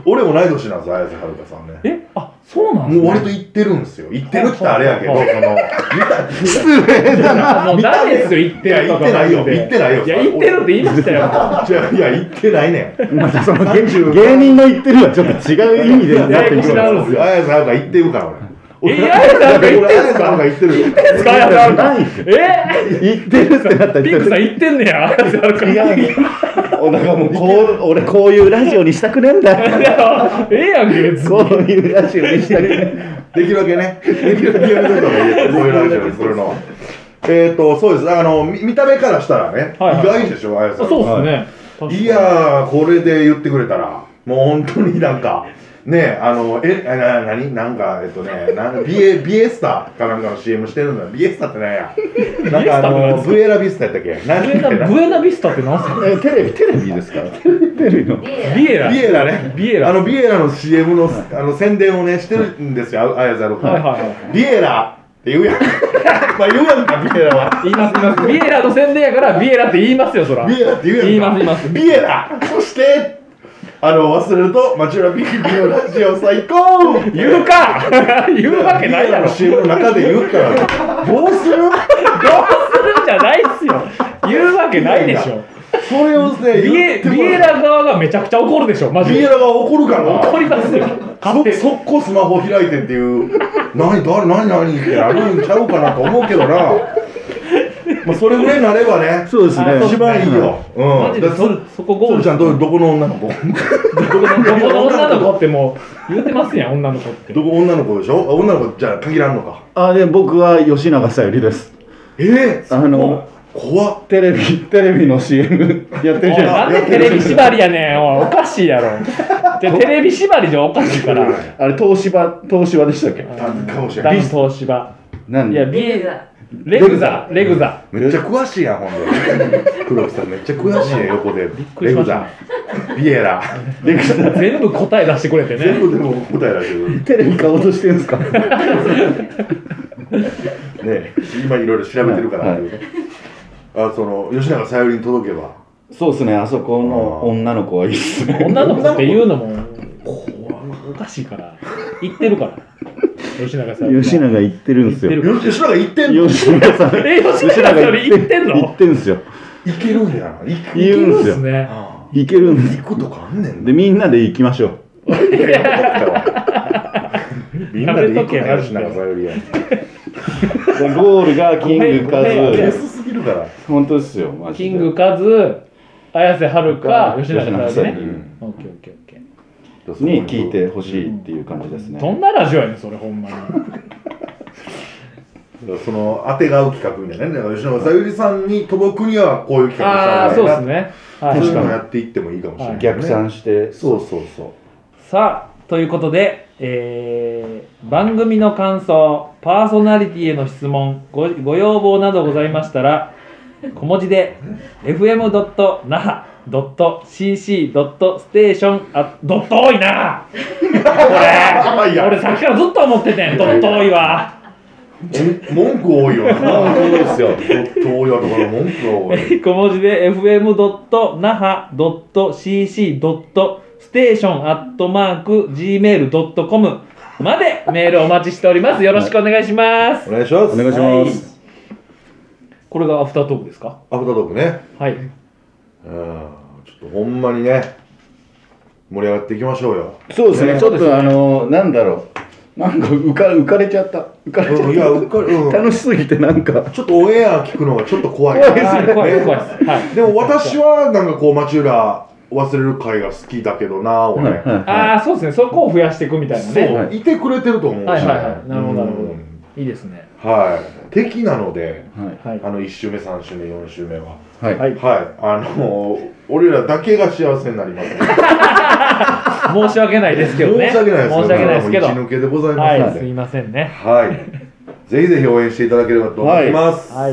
A: 俺も同い年なんです綾瀬はるかさんね
B: え、あ、そうなん
A: もう割と
B: と
A: 言ってるんですよ言ってるってあれやけどそ
B: は
A: の
B: い
C: 失礼だな
B: もうダメですよ、言ってるとかマ
A: い
B: ジで
A: や言ってないよ
B: いや、
A: 言
B: 言
A: っ
B: ってて
A: ない
B: る
A: よ
B: って言いましたよ。
A: いやいや言ってないねん
C: またその芸
A: 30
C: 芸人の言ってるはちょっと違う意味でなってくるんです
B: 違
C: よ
B: う
A: 綾瀬はるか言ってるから俺
B: え綾瀬はるか言ってんすか
A: 俺綾瀬はるか言ってるよ
B: 使えな
C: ないよ
B: え
C: 言ってるってなったら
B: ピンクさん言ってんねや。あるか
C: 違うよお腹もうこう俺こういうラジオにしたくねえ んだよ
B: ええやんけ、別に。
C: こういうラジオにしたくねえんだよ
A: できるだけね、できるだけやめといた方がいいよ、こういうラジオに するのは。えっと、そうです、あのみ見た目からしたらね、
B: はいはい
A: 意外でしょ、あやさ
B: あ
A: ん。
B: そうっすね。確か
A: い
B: に、
A: やー、これで言ってくれたら、もう本当になんか、ねあの、え、な、ななに、なんか、えっとね、なんビエ、ビエスタかなんかの CM してるんだ、ビエスタってなん や。なんかあ
B: ビエスタって何で
A: の、
B: すか
A: ブエラビスタやったっけなん
B: ブ
A: だっ
B: エ
A: けな
B: ナ、ブエナビスタってなんすか
C: えテレビテレビですからテレビの
B: ビエラ。
A: ビエラね。
B: ビエラ
A: あの、ビエラの CM の、あの、宣伝をね、してるんですよ、ああやざる
B: はいはいは
A: ビエラって言うや ん。まあ言うやんか、ビエラは。
B: 言います、言います。ビエラの宣伝やから、ビエラって言いますよ、そら。
A: ビエラって言うやんか
B: 言います、言います。
A: ビエラそしてあの忘れると町浦ピンクのラジオ最高
B: 言うか 言うわけないだろ。
A: ビエラの CM の中で言うからどうする
B: どうするんじゃないっすよ言うわけないでしょ
A: それをね
B: ビエビエラ側がめちゃくちゃ怒るでしょマジ
A: ビエ
B: で
A: ラが怒るから
B: 怒りますよ勝手
A: そ速攻スマホ開いてっていう何誰何何ってなるんちゃうかなと思うけどなまあそれぐらいになればね
C: そうですね
B: あそう
A: 一番いいよ、うん、
B: マジで
A: だから
B: そそこゴ
A: 鶴
B: ール
A: ちゃんどうどこの女の子
B: どこのどこの女の子ってもう言うてますやん女の子って
A: どこ女の子でしょあ女の子じゃ限らんのか
C: あで僕は吉永小百合です
A: ええ
C: あの
A: 怖っ
C: テレビテレビの CM やってるじゃない
B: なんでテレビ縛りやねんおいおかしいやろじゃあテレビ縛りじゃおかしいから
C: ですかあれ東芝東芝でしたっけ
A: かもしれ
B: ダ
A: ない
B: ン東芝
C: 何
B: いやビエラレグザレグザ
A: めっちゃ詳しいやんほん で黒木さんめっちゃ詳しいね横でびっ
B: くりしました
A: ビエ ラ
C: で
B: 全部答え出してくれて
A: 全
B: ね
A: 部でも答えだけどね
C: テレビ買おうとしてるんですか
A: 今いろいろ調べてるから、
C: はい
A: あその吉永小百合に届けば
C: そうですねあそこの女の子はいいっすね
B: 女の子って言うのもおかしいから言ってるから吉永さん
C: 吉永行ってるんですよ
B: 行って
A: よ
B: る
A: 吉永行ってんの
C: 吉永さん
B: え吉永小百合行ってんの
C: 行ってんすよ
A: 行けるんやな行く
C: 言うん
B: い
C: す
B: いで
C: よ
B: すね
A: あ
C: 行けるん
A: あ
C: です
A: 行くとかあんねん
C: でみんなで行きましょう
A: いやいや分かったわ みんなで行くな
B: やめとけマ
A: よ
B: ジ
A: 吉
B: で
A: 永小百合や
C: でゴールがキングカ
B: ごめんごめん
A: ベ
C: ズ
A: スすぎるから
C: 本当ですよマジ
B: キ
C: で
B: ングカズ、綾瀬はるか、吉
C: 吉
B: 永
C: 永
B: さん
C: 小
B: ね
C: 百合う。ん
B: オッケーオッケーオッケー。
C: に聞いてほしいっていう感じですね
B: どんなラジオやねん、それほんまに。
A: その当てがう企画みたいなねだから吉永小百合さんに届くにはこういう企画
B: ああ、
A: した
B: そう
A: 方
B: で
A: が
B: す
A: いいな
B: ね。
A: そ
B: は
A: うい
C: 確
A: うの
C: かに
B: い。
A: やっていってもいいかもしれない、ね、
C: 逆算して
A: そうそうそう
B: さあ、ということで、えー番組の感想、パーソナリティへの質問、ごご要望などございましたら、小文字で fm.naha.cc.station あドット多い
A: あ
B: な
A: いや
B: 俺さっきからずっと思っててんドット多いわ
A: 文句多いよな
C: そうですよ
A: 遠いわところ文句が多い
B: 小文字で fm.naha.cc.station.gmail.com までメールお待ちしております。よろしくお願いします。
A: お願いします
C: お願いします
B: これがアフタートークですか
A: アフタートークね
B: はい。
A: うんちょっとほんまにね盛り上がっていきましょうよ
C: そうですね
B: ね
C: ちょっとあのなんだろうなんか浮か浮かれちゃった浮かれち
A: うんいや
C: ゃ
A: うっかり、うん
C: った楽しすぎてなんか
A: ちょっとオンエア聞くのがちょっと怖い
C: 怖い
B: はい、
C: ですね
B: 怖いです、怖いです。はい。
A: でも私はなんかこう町浦忘れる会が好きだけどな俺、
C: はいはい
B: ああ、そうですね。そこを増やしていくみたいな
A: そう、、
B: ね。
C: はい
A: てくれてると思うし
B: はいはいはいなるほどなるほど
A: うん
B: いいですね。
A: はい敵なので
C: は
B: はい。
A: あの1周目3周目4周目はい
C: はい
B: はい
A: はい、あのー俺らだけが幸せになります、
B: 申し訳ないですけどね。
A: 申し訳ないです
B: 申し訳ないですけど。
A: もう一抜けでございま
B: は
A: す
B: い、
A: の
B: す
A: で
B: いませんね。
A: はい、ぜひぜひ応援していただければと思います、
B: は
A: あ
B: い。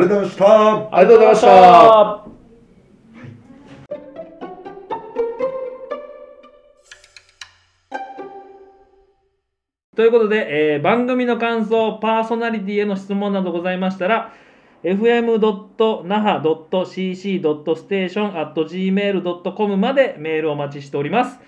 A: りがとうございました
C: ありがとうございました。
B: ということで、えー番組の感想、パーソナリティへの質問などございましたら、fm.naha.cc.station.gmail.com までメールをお待ちしております。